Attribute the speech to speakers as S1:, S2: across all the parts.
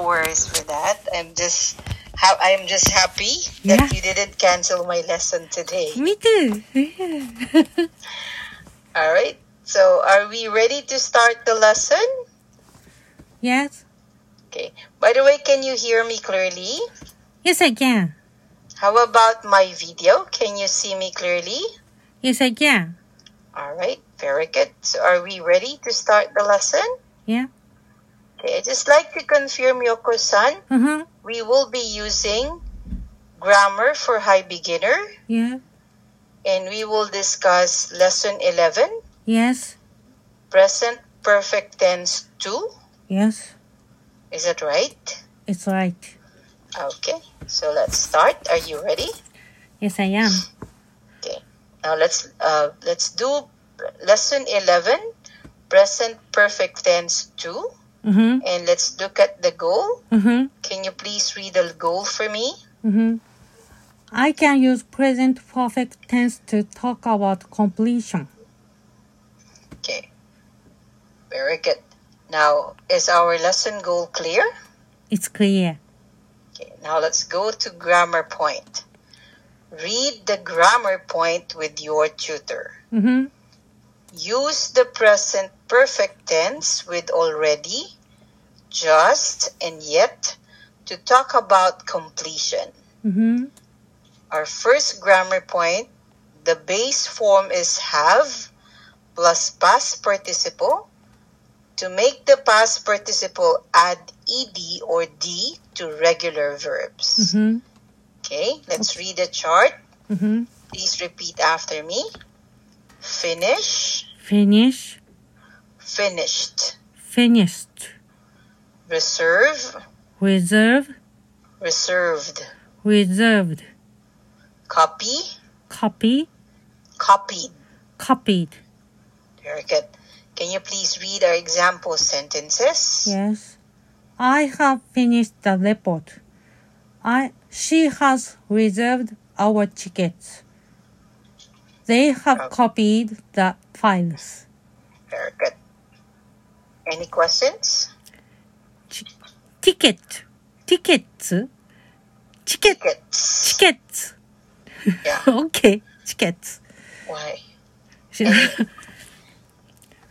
S1: apologize for that. I'm just how I am just happy that
S2: Yeah.
S1: you didn't cancel my lesson today.
S2: Me too. Yeah.
S1: All right. So, are we ready to start the lesson?
S2: yes.
S1: Okay. By the way, can you hear me clearly?
S2: Yes, I can.
S1: How about my video? Can you see me clearly?
S2: Yes, I can.
S1: All right. Very good. So, are we ready to start the lesson?
S2: Yeah.
S1: Okay. I just like to confirm, Yoko-san,
S2: Uh huh.
S1: we will be using grammar for high beginner
S2: Yeah.
S1: and we will discuss lesson 11
S2: Yes.
S1: present perfect tense 2
S2: Yes.
S1: is that right
S2: It's right.
S1: okay so let's start are you ready
S2: Yes, I am.
S1: now let's uh, let's do lesson 11 present perfect tense 2
S2: Uh huh.
S1: and let's look at the goal
S2: Uh huh.
S1: can you please read the goal for me
S2: Uh huh. I can use present perfect tense to talk about completion.
S1: okay very good now is our lesson goal clear
S2: It's clear.
S1: Okay, now let's go to grammar point. Read the grammar point with your tutor.
S2: Uh huh.
S1: Use the present perfect tense with already, just, and yet to talk about completion.
S2: Uh huh.
S1: Our first grammar point the base form is have plus past participle. To make the past participle, add ed or d to regular verbs.
S2: Uh huh.
S1: Okay, let's read the chart.
S2: Uh huh.
S1: Please repeat after me. Finish,
S2: Finish.
S1: finished.
S2: Finished.
S1: Reserve,
S2: Reserve.
S1: reserved.
S2: Reserved.
S1: Copy,
S2: Copy.
S1: copied.
S2: Copied.
S1: Very good. Can you please read our example sentences?
S2: Yes. I have finished the report. I she has reserved our tickets. They
S1: Uh.
S2: have copied the files.
S1: Very good. Any questions?
S2: Ticket. Tickets. Ticket.
S1: Tickets.
S2: Tickets.
S1: Yeah.
S2: okay. Tickets.
S1: Why?
S2: She,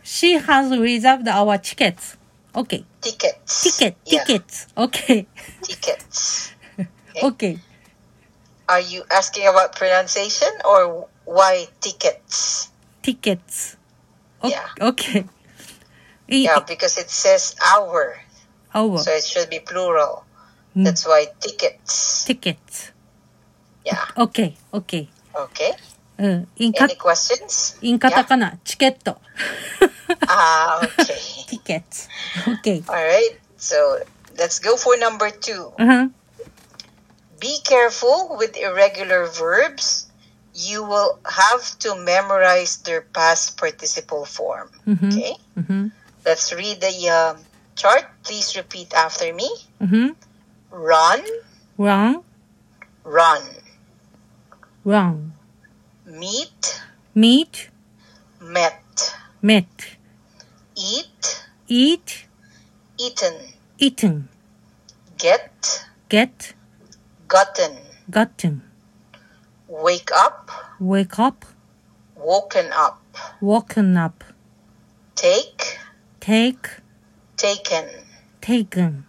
S2: she has reserved our tickets. Okay.
S1: Tickets.
S2: Ticket.
S1: Yeah,
S2: Tickets. Okay.
S1: Tickets.
S2: Okay.
S1: Are you asking about pronunciation or why tickets?
S2: Tickets. O-
S1: Yeah.
S2: Okay. E- I-
S1: Yeah, because it says our.
S2: Our
S1: So it should be plural.
S2: Mm.
S1: That's why tickets.
S2: tickets.
S1: Yeah.
S2: Okay, okay.
S1: Okay.
S2: うん。in,
S1: Any
S2: か、
S1: questions?
S2: in カタカナ、チケッ ト。
S1: Yeah. Ah, okay.
S2: ティケッツ。Okay.
S1: All right. So let's go for number two.
S2: うん
S1: Be careful with irregular verbs. You will have to memorize their past participle form.
S2: うんふん。
S1: Okay.
S2: うんふん。
S1: Let's read the um, chart. Please repeat after me.
S2: うんふん。
S1: Run,
S2: run,
S1: run.
S2: run.
S1: Meet,
S2: meet,
S1: met.
S2: met.
S1: Eat,
S2: eat,
S1: eaten.
S2: eaten.
S1: Get,
S2: get,
S1: gotten.
S2: gotten.
S1: wake up,
S2: wake up,
S1: woken up,
S2: woken up.
S1: take,
S2: take,
S1: taken,
S2: taken.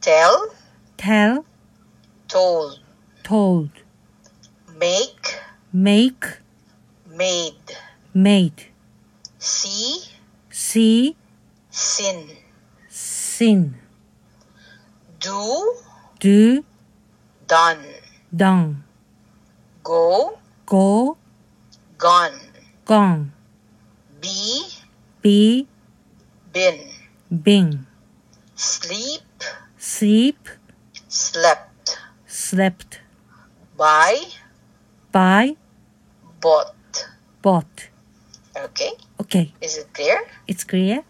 S1: tell,
S2: tell,
S1: told,
S2: told.
S1: make,
S2: make,
S1: made,
S2: made.
S1: see,
S2: see,
S1: sin,
S2: seen.
S1: do,
S2: do,
S1: done,
S2: done.
S1: go,
S2: go,
S1: gone,
S2: gone.
S1: be,
S2: be,
S1: been,
S2: been,
S1: sleep,
S2: sleep,
S1: slept,
S2: slept,
S1: buy,
S2: buy,
S1: bought.
S2: bought.
S1: Okay,
S2: Okay,
S1: is it clear?
S2: it's clear?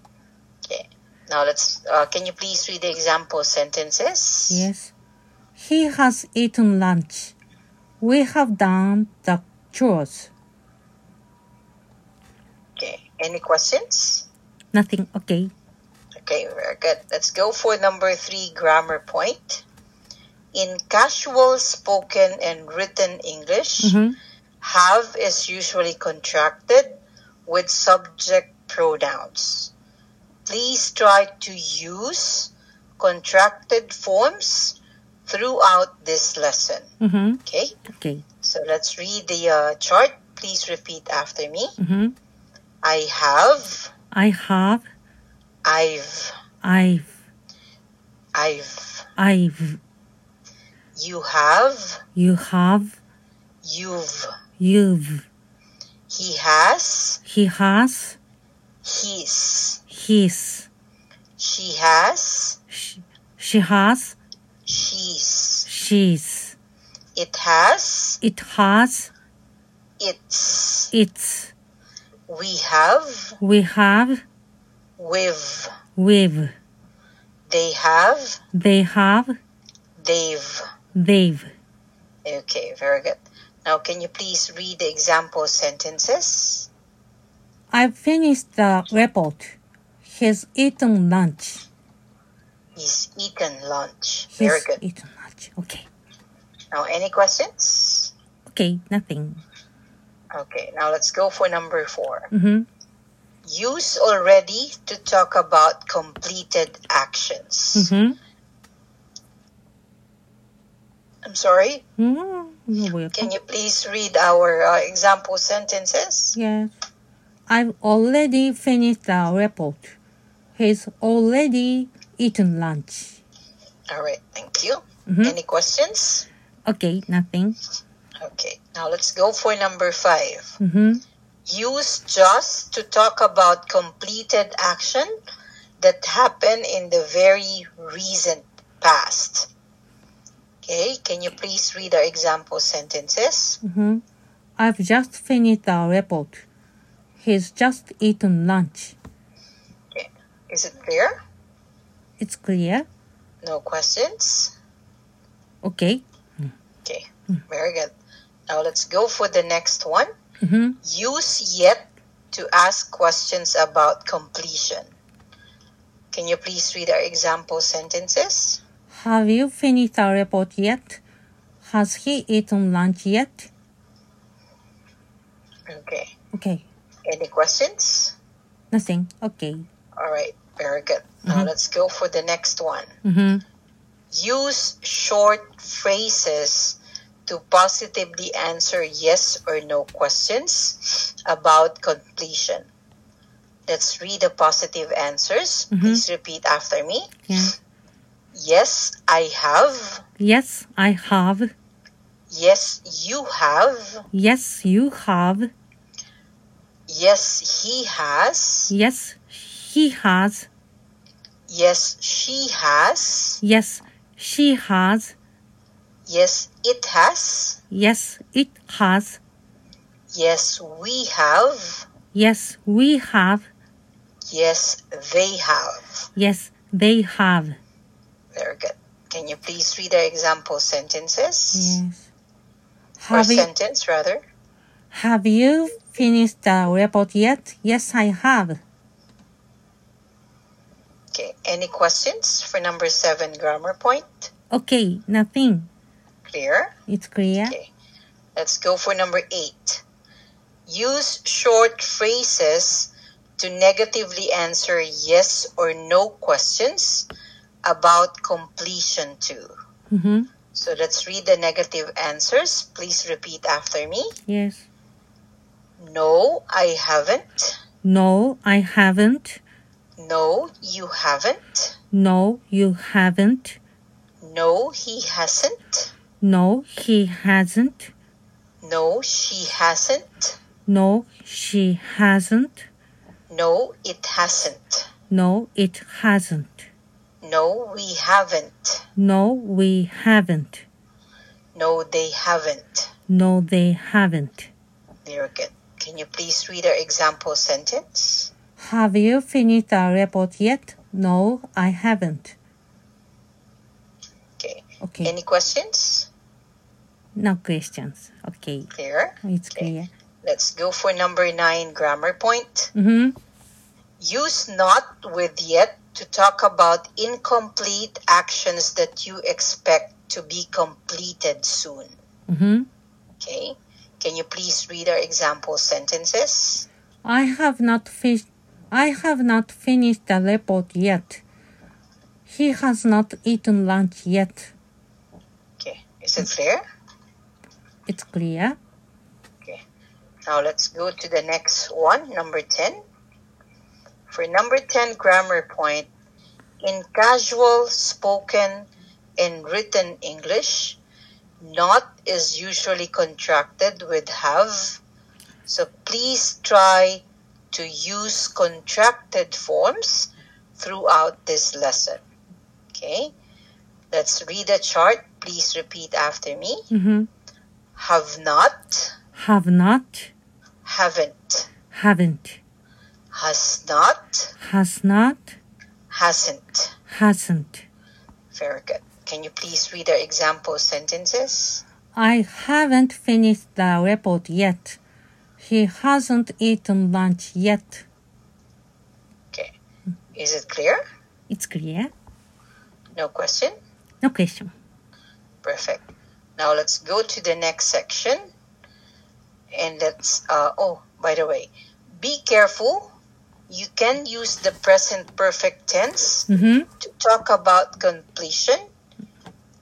S1: Now let's. Uh, can you please read the example sentences?
S2: Yes. He has eaten lunch. We have done the chores.
S1: Okay. Any questions?
S2: Nothing, okay.
S1: Okay, very good. Let's go for number three grammar point. In casual spoken and written English,
S2: Mhm.
S1: have is usually contracted with subject pronouns. Please try to use contracted forms throughout this lesson.
S2: Mm-hmm.
S1: Okay,
S2: Okay.
S1: so let's read the uh, chart. Please repeat after me.
S2: Mm-hmm.
S1: I have,
S2: I have.
S1: I've,
S2: I've.
S1: I've.
S2: I've.
S1: You have,
S2: You have.
S1: you've.
S2: You've.
S1: He has,
S2: He has.
S1: his.
S2: His.
S1: She has,
S2: She, she has.
S1: she's.
S2: She's.
S1: It has,
S2: It has.
S1: its.
S2: It's.
S1: We have,
S2: We have.
S1: we've.
S2: We've.
S1: They have,
S2: They have.
S1: they've.
S2: They've.
S1: Okay, very good. Now, can you please read the example sentences?
S2: I finished the report. He's eaten lunch.
S1: He's eaten lunch.
S2: He's
S1: Very good.
S2: eaten lunch. Okay.
S1: Now, any questions?
S2: Okay. Nothing.
S1: Okay, now let's go for number four.
S2: Mm-hmm.
S1: Use already to talk about completed actions.
S2: Mm-hmm.
S1: I'm sorry.
S2: Mm-hmm. Well,
S1: Can you please read our uh, example sentences?
S2: Yes. I've already finished the report. He's already eaten lunch.
S1: All right, thank you.
S2: Mhm.
S1: Any questions?
S2: Okay. Nothing.
S1: Okay, now let's go for number five.
S2: Mm-hmm.
S1: Use just to talk about completed action that happened in the very recent past. Okay, can you please read our example sentences?
S2: Mm-hmm. I've just finished the report. He's just eaten lunch.
S1: Is it clear?
S2: It's clear.
S1: No questions?
S2: Okay.
S1: Okay, very good. Now let's go for the next one.
S2: Mm-hmm.
S1: Use yet to ask questions about completion. Can you please read our example sentences?
S2: Have you finished the report yet? Has he eaten lunch yet?
S1: Okay.
S2: Okay.
S1: Any questions?
S2: Nothing. Okay.
S1: All right. Very good. Now let's go for the next one.
S2: Mm-hmm.
S1: Use short phrases to positively answer yes or no questions about completion. Let's read the positive answers.
S2: Mhm.
S1: Please repeat after me.
S2: Yeah.
S1: Yes, I have.
S2: Yes, I have.
S1: Yes, you have.
S2: Yes, you have.
S1: Yes, he has.
S2: Yes, he has.
S1: Yes, she has.
S2: Yes, she has.
S1: Yes, it has.
S2: Yes, it has.
S1: Yes, we have.
S2: Yes, we have.
S1: Yes, they have.
S2: Yes, they have.
S1: Very good. Can you please read the example sentences?
S2: Yes.
S1: Or
S2: Have you,
S1: sentence, rather.
S2: have you finished the report yet? Yes, I have.
S1: Okay. Any questions for number seven grammar point?
S2: Okay, nothing.
S1: Clear?
S2: It's clear.
S1: Okay. Let's go for number eight. Use short phrases to negatively answer yes or no questions about completion too.
S2: Mm-hmm.
S1: So let's read the negative answers. Please repeat after me.
S2: Yes.
S1: No, I haven't.
S2: No, I haven't.
S1: No, you haven't.
S2: No, you haven't.
S1: No, he hasn't.
S2: No, he hasn't.
S1: No, she hasn't.
S2: No, she hasn't.
S1: No, it hasn't.
S2: No, it hasn't.
S1: No, we haven't.
S2: No, we haven't.
S1: No, they haven't.
S2: No, they haven't.
S1: Very good. Can you please read our example sentence?
S2: Have you finished the report yet? No, I haven't.
S1: Okay.
S2: Okay,
S1: Any questions?
S2: no questions. Okay,
S1: Clear?
S2: it's clear.
S1: Let's go for number nine grammar point.
S2: Mm-hmm.
S1: Use not with yet to talk about incomplete actions that you expect to be completed soon.
S2: Mhm.
S1: Okay? Can you please read our example sentences?
S2: I have not fi- I have not finished the report yet. He has not eaten lunch yet.
S1: Okay. Is it clear?
S2: It's clear.
S1: Now let's go to the next one, number 10. For number 10 grammar point, in casual spoken and written English, not is usually contracted with have. So please try to use contracted forms throughout this lesson. Okay? Let's read a chart. Please repeat after me.
S2: Mhm.
S1: Have not,
S2: Have not,
S1: haven't.
S2: haven't,
S1: has not,
S2: has not,
S1: hasn't.
S2: hasn't.
S1: Very good. Can you please read our example sentences?
S2: I haven't finished the report yet. He hasn't eaten lunch yet.
S1: Okay. Is it clear?
S2: It's clear.
S1: No question?
S2: No question.
S1: Perfect. Now let's go to the next section. And let's, uh, oh, by the way, be careful. You can use the present perfect tense
S2: Mhm.
S1: to talk about completion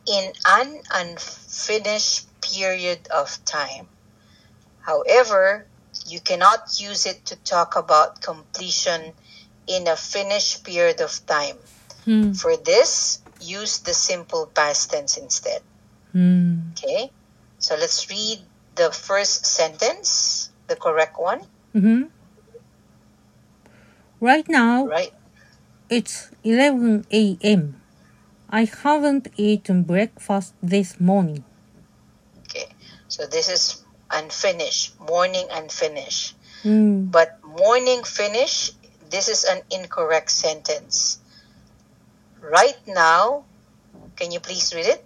S1: in an unfinished period of time. However, you cannot use it to talk about completion in a finished period of time.
S2: Hmm.
S1: For this, use the simple past tense instead.
S2: Hmm.
S1: Okay? So let's read the first sentence, the correct one,
S2: Mhm. Right now,
S1: right?
S2: It's 11 a.m. I haven't eaten breakfast this morning.
S1: Okay. So this is unfinished, morning unfinished.
S2: Mm,
S1: But morning finish, this is an incorrect sentence. Right now, can you please read it?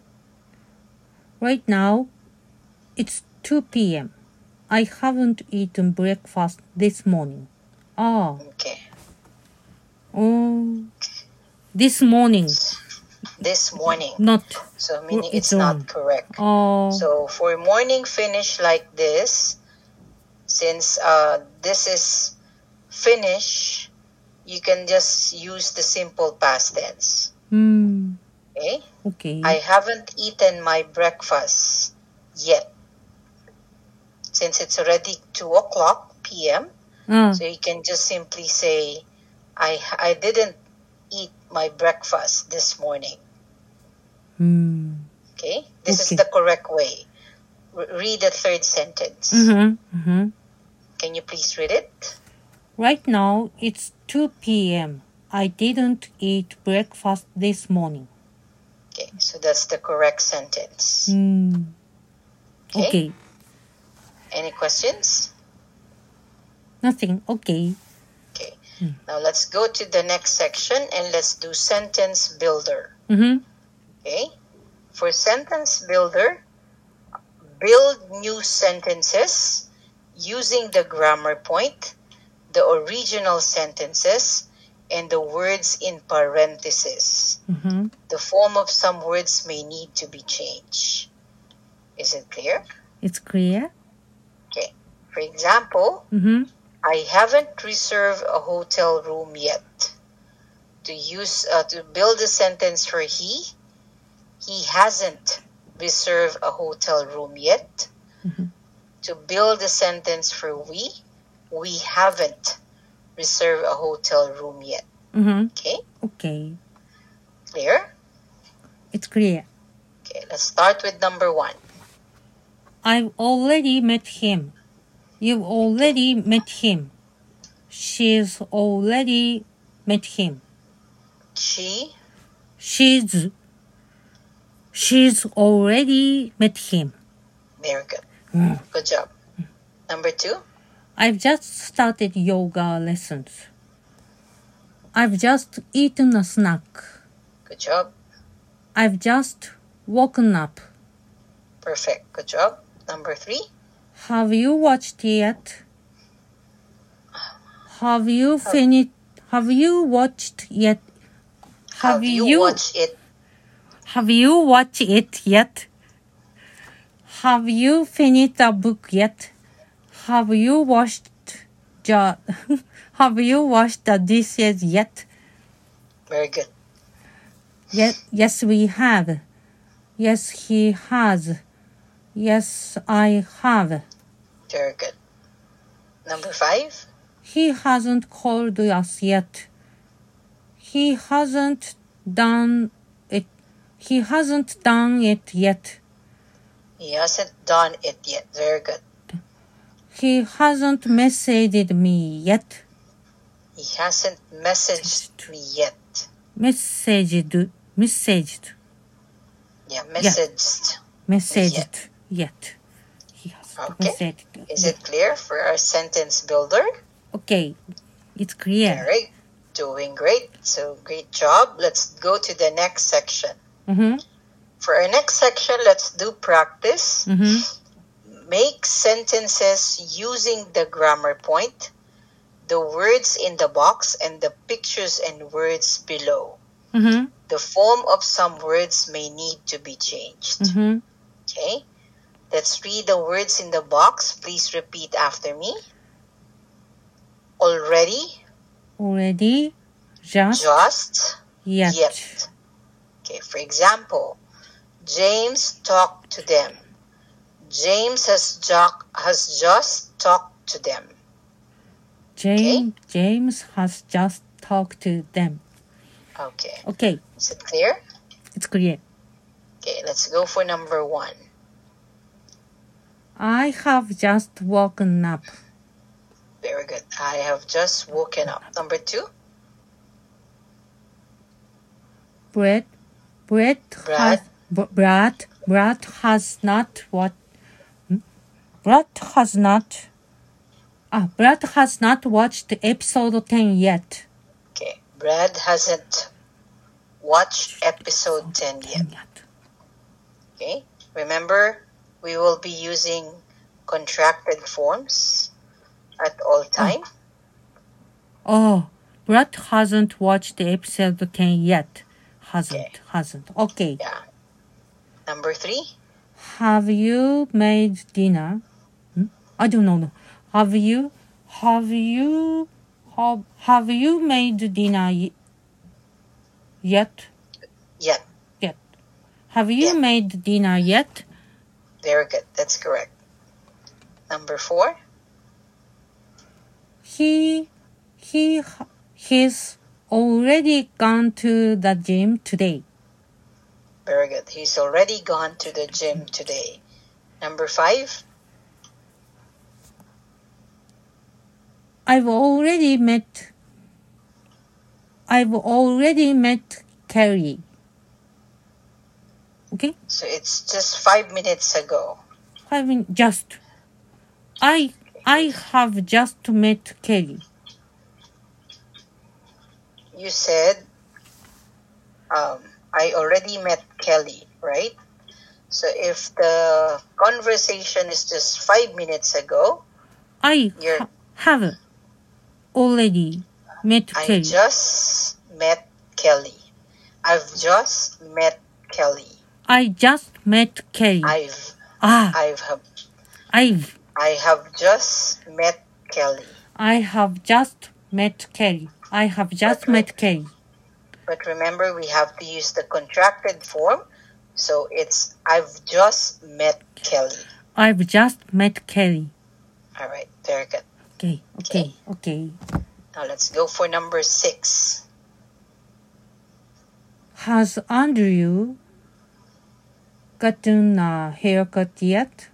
S2: Right now, it's 2 p.m. I haven't eaten breakfast this morning. Ah,
S1: Okay.
S2: oh, this morning,
S1: This morning.
S2: not.
S1: So meaning it's
S2: It's
S1: not
S2: wrong.
S1: correct.
S2: Oh,
S1: So for morning finish like this, since uh, this is finish, you can just use the simple past tense.
S2: hmm,
S1: Okay?
S2: okay.
S1: I haven't eaten my breakfast yet. Since it's already 2 o'clock p.m.,
S2: Ah,
S1: so you can just simply say, I, I didn't eat my breakfast this morning.
S2: hmm.
S1: Okay? This is
S2: Okay.
S1: the correct way. Re- read the third sentence.
S2: Mhm, mhm.
S1: Can you please read it?
S2: Right now, it's 2 p.m. I didn't eat breakfast this morning.
S1: Okay, so that's the correct sentence.
S2: Hmm.
S1: Okay.
S2: okay.
S1: Any questions?
S2: Nothing. Okay.
S1: Okay. Now let's go to the next section and let's do sentence builder.
S2: Mm-hmm.
S1: Okay? For sentence builder, build new sentences using the grammar point, the original sentences, and the words in parentheses.
S2: Mm-hmm.
S1: The form of some words may need to be changed. Is it clear?
S2: It's clear.
S1: For example,
S2: Mm-hmm.
S1: I haven't reserved a hotel room yet. To use uh, to build a sentence for he, he hasn't reserved a hotel room yet. Mm-hmm.
S2: Mhm.
S1: To build a sentence for we, we haven't reserved a hotel room yet.
S2: Mm-hmm.
S1: Okay,
S2: Okay.
S1: clear?
S2: It's clear.
S1: Okay, let's start with number one.
S2: I've already met him. You've already met him. She's already met him.
S1: She
S2: She's she's already met him.
S1: very good.
S2: Mm.
S1: Good job. Number two.
S2: I've just started yoga lessons. I've just eaten a snack.
S1: Good job.
S2: I've just woken up.
S1: Perfect. Good job. Number three.
S2: Have you watched yet? Have you finished? Have you watched yet?
S1: Have, you, watched it?
S2: Have you watched it yet? Have you finished the book yet? Have you washed the Have you washed the dishes yet?
S1: Very good.
S2: Yes, yes, we have. Yes, he has. Yes, I have.
S1: Very good. Number five.
S2: He hasn't called us yet. He hasn't done it. He hasn't done it yet.
S1: He hasn't done it yet. Very good.
S2: He hasn't messaged me yet.
S1: He hasn't messaged me yet.
S2: Messaged, messaged,
S1: Yeah, messaged.
S2: messaged yet. He hasn't
S1: Okay.
S2: messaged.
S1: Is it clear for our sentence builder?
S2: Okay, it's clear.
S1: Alright, doing great. So great job. Let's go to the next section.
S2: Mm-hmm.
S1: For our next section, let's do practice.
S2: Mm-hmm.
S1: Make sentences using the grammar point, the words in the box, and the pictures and words below.
S2: Mm-hmm.
S1: The form of some words may need to be changed.
S2: Mm-hmm.
S1: Okay? Let's read the words in the box. Please repeat after me. Already,
S2: Already, just
S1: just,
S2: yet.
S1: yet. Okay, for example, James talked to them. James has, jo- has just talked to them.
S2: James, James has just talked to them.
S1: Okay,
S2: Okay,
S1: is it clear?
S2: it's clear.
S1: Okay, let's go for number one.
S2: I have just woken up.
S1: Very good. I have just woken up. Number two,
S2: Brett, Brett has, Br- Brad, Brad has not what? hmm? Brad has not. Ah, Brad has not watched episode ten yet.
S1: okay, Brad hasn't watched episode 10 yet. Okay, remember we will be using contracted forms at all time.
S2: Oh, Brad hasn't watched episode ten yet. Hasn't,
S1: Okay.
S2: hasn't. Okay.
S1: Yeah. Number three,
S2: Have you made dinner? Hmm? I don't know. Have you? Have you? Have, have you made dinner y- yet?
S1: yet.
S2: Yet. Have you
S1: Yeah.
S2: made dinner yet?
S1: Very good. That's correct. Number four,
S2: He, he, ha- he's already gone to the gym today.
S1: very good. He's already gone to the gym today. Number five,
S2: I've already met. I've already met Carrie. Okay.
S1: so it's just five minutes ago.
S2: having just I I have just met Kelly.
S1: You said, um, I already met Kelly, right? So if the conversation is just five minutes ago,
S2: I
S1: You're-
S2: ha- have already met
S1: I
S2: Kelly.
S1: just met Kelly. I've just met Kelly.
S2: I just met Kelly.
S1: I've
S2: ah,
S1: I've have-
S2: I've
S1: I have just met Kelly.
S2: I have just met Kelly. I have just
S1: Okay.
S2: met Kelly.
S1: But remember we have to use the contracted form. So it's I've just met Kelly.
S2: I've just met Kelly.
S1: All right, very good.
S2: Okay, okay, okay.
S1: Now let's go for number 6.
S2: Has Andrew gotten a haircut yet?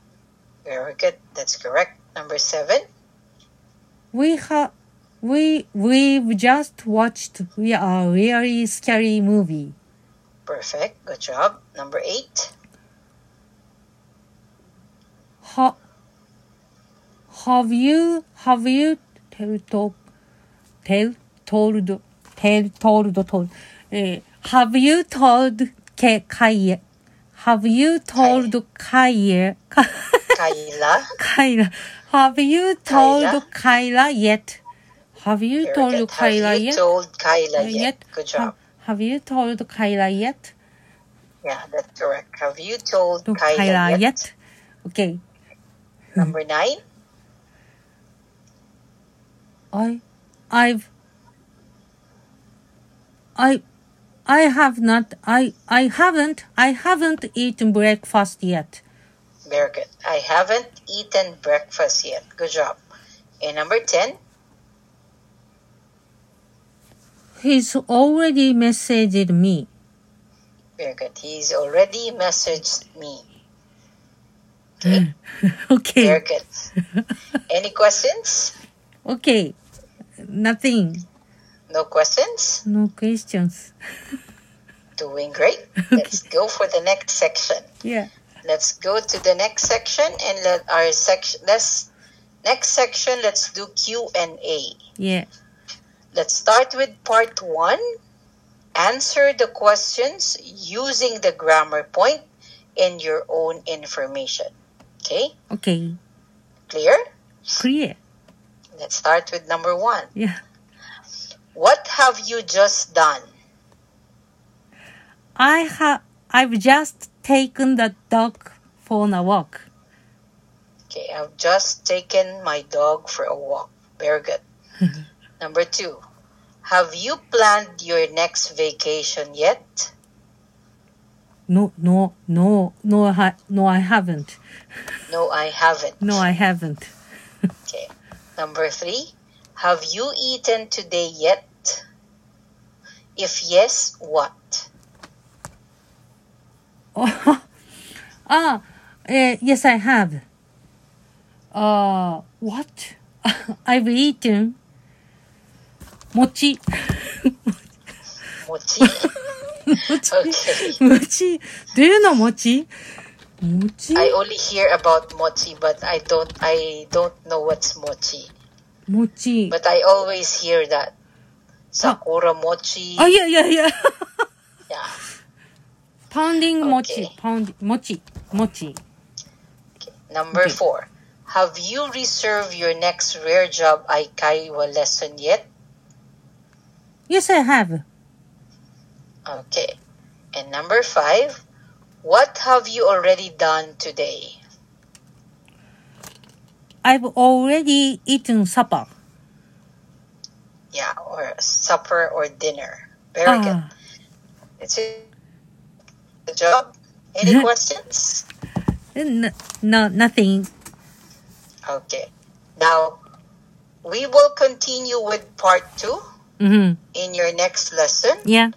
S1: Very good. That's correct. Number 7.
S2: We have we we've just watched we a really scary movie.
S1: Perfect. Good job. Number 8.
S2: Ha, have you have you tell to, tell told tell told told eh, have you told Ke, Kai have you told Kai
S1: Kayla.
S2: Kyla have you told
S1: Kyla?
S2: Kyla yet? Have you
S1: Very
S2: told
S1: good. Have
S2: Kyla
S1: you
S2: yet?
S1: told Kyla yet?
S2: yet?
S1: Good job.
S2: Ha- Have you told Kyla yet?
S1: Yeah, that's correct. Have you told
S2: To
S1: Kyla, yet?
S2: Okay.
S1: Number nine.
S2: I, I've, I, I have not, I, I haven't, I haven't eaten breakfast yet.
S1: Very good. I haven't eaten breakfast yet. Good job. And number 10.
S2: He's already messaged me.
S1: Very good. He's already messaged me. Very
S2: Okay,
S1: good. Any questions?
S2: okay. Nothing.
S1: No questions?
S2: No questions.
S1: Doing great. Let's go for the next section.
S2: Yeah.
S1: Let's go to the next section and let our section let's next section let's do Q and A.
S2: Yeah.
S1: Let's start with part one. Answer the questions using the grammar point and your own information. Okay,
S2: Okay.
S1: clear?
S2: Clear.
S1: Let's start with number one.
S2: Yeah.
S1: What have you just done?
S2: I have. I've just taken the dog for a walk.
S1: Okay, I've just taken my dog for a walk. Very good.
S2: Mm-hmm.
S1: number two. Have you planned your next vacation yet?
S2: No, no, no, no. I ha- no, I haven't.
S1: No, I haven't.
S2: No, I haven't.
S1: Okay. Number three, have you eaten today yet? If yes, what?
S2: Oh, ah, eh, yes, I have. Uh, what? I've eaten mochi.
S1: Mochi.
S2: mochi.
S1: Okay.
S2: mochi. Do you know mochi? Mochi?
S1: I only hear about mochi, but I don't. I don't know what's mochi.
S2: mochi.
S1: But I always hear that sakura mochi.
S2: Oh, yeah, yeah, yeah.
S1: Yeah.
S2: Pounding mochi.
S1: Okay.
S2: Pound mochi. Mochi.
S1: Number
S2: Okay.
S1: four, have you reserved your next rare job Aikaiwa lesson yet?
S2: Yes, I have.
S1: Okay. And number five, what have you already done today?
S2: I've already eaten supper.
S1: Yeah, or supper or dinner. Very good.
S2: Ah,
S1: It's a good job. Any
S2: Yeah.
S1: questions?
S2: n- no, nothing.
S1: Okay. Now, we will continue with part two
S2: hmm
S1: in your next lesson.
S2: Yeah.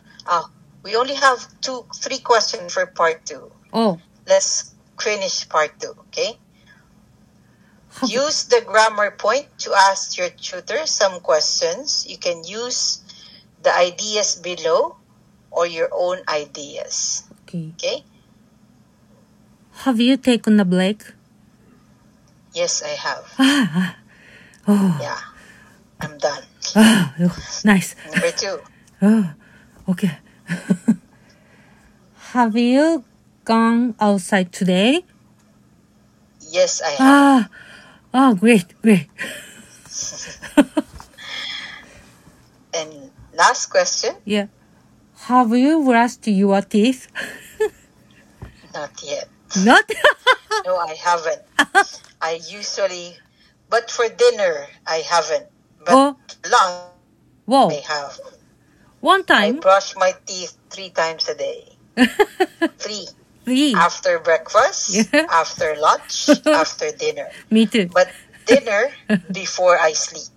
S1: We only have two, three questions for part two.
S2: Oh,
S1: Let's finish part two, okay?
S2: Okay.
S1: Use the grammar point to ask your tutor some questions. You can use the ideas below or your own ideas,
S2: okay.
S1: okay?
S2: Have you taken a break?
S1: Yes, I have.
S2: Ah, ah. oh,
S1: Yeah, I'm done.
S2: ah, oh, nice.
S1: Number two,
S2: Oh, okay. Have you gone outside today?
S1: yes, I have.
S2: Ah, oh, great, great.
S1: And last question,
S2: Yeah. Have you brushed your teeth?
S1: not yet.
S2: Not.
S1: No, I haven't. I usually, but for dinner, I haven't. But
S2: oh,
S1: lunch,
S2: whoa.
S1: I have.
S2: One
S1: I
S2: time.
S1: brush my teeth three times a day. Three.
S2: Three.
S1: After breakfast,
S2: Yeah.
S1: after lunch, after dinner.
S2: Me too.
S1: But dinner before I sleep.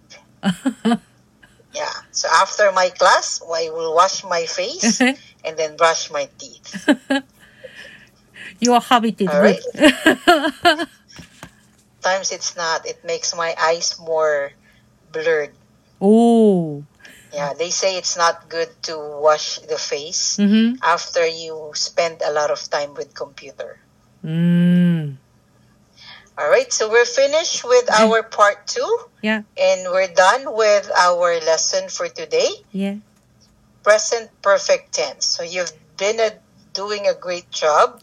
S1: Yeah. So after my class, I will wash my face and then brush my teeth.
S2: your habit is
S1: All
S2: good.
S1: Sometimes it's not. It makes my eyes more blurred.
S2: oh.
S1: Yeah, they say it's not good to wash the face
S2: Mm-hmm.
S1: after you spend a lot of time with computer.
S2: Mm.
S1: All right, so we're finished with
S2: Yeah.
S1: our part 2
S2: Yeah.
S1: and we're done with our lesson for today,
S2: Yeah.
S1: present perfect tense. So you've been a, doing a great job.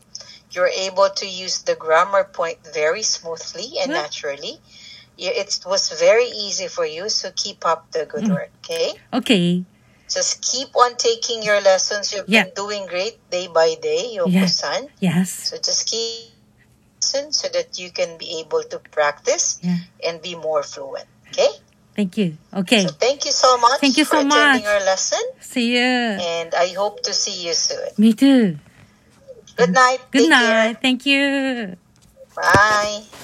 S1: You're able to use the grammar point very smoothly and
S2: Yeah.
S1: naturally.
S2: Mm-hmm.
S1: You- It was very easy for you, so keep up the good work, okay?
S2: Okay.
S1: Just keep on taking your lessons. You've
S2: Yeah.
S1: been doing great day by day, Yoko-san.
S2: Yes.
S1: So just keep listen so that you can be able to practice
S2: Yeah.
S1: and be more fluent. Okay?
S2: Thank you. Okay.
S1: So thank you so much
S2: Thank you
S1: for
S2: so
S1: attending
S2: much. Uh,
S1: our lesson
S2: See you.
S1: and I hope to see you soon.
S2: Me too.
S1: Good night.
S2: Good
S1: Take care.
S2: night. Thank you.
S1: Bye.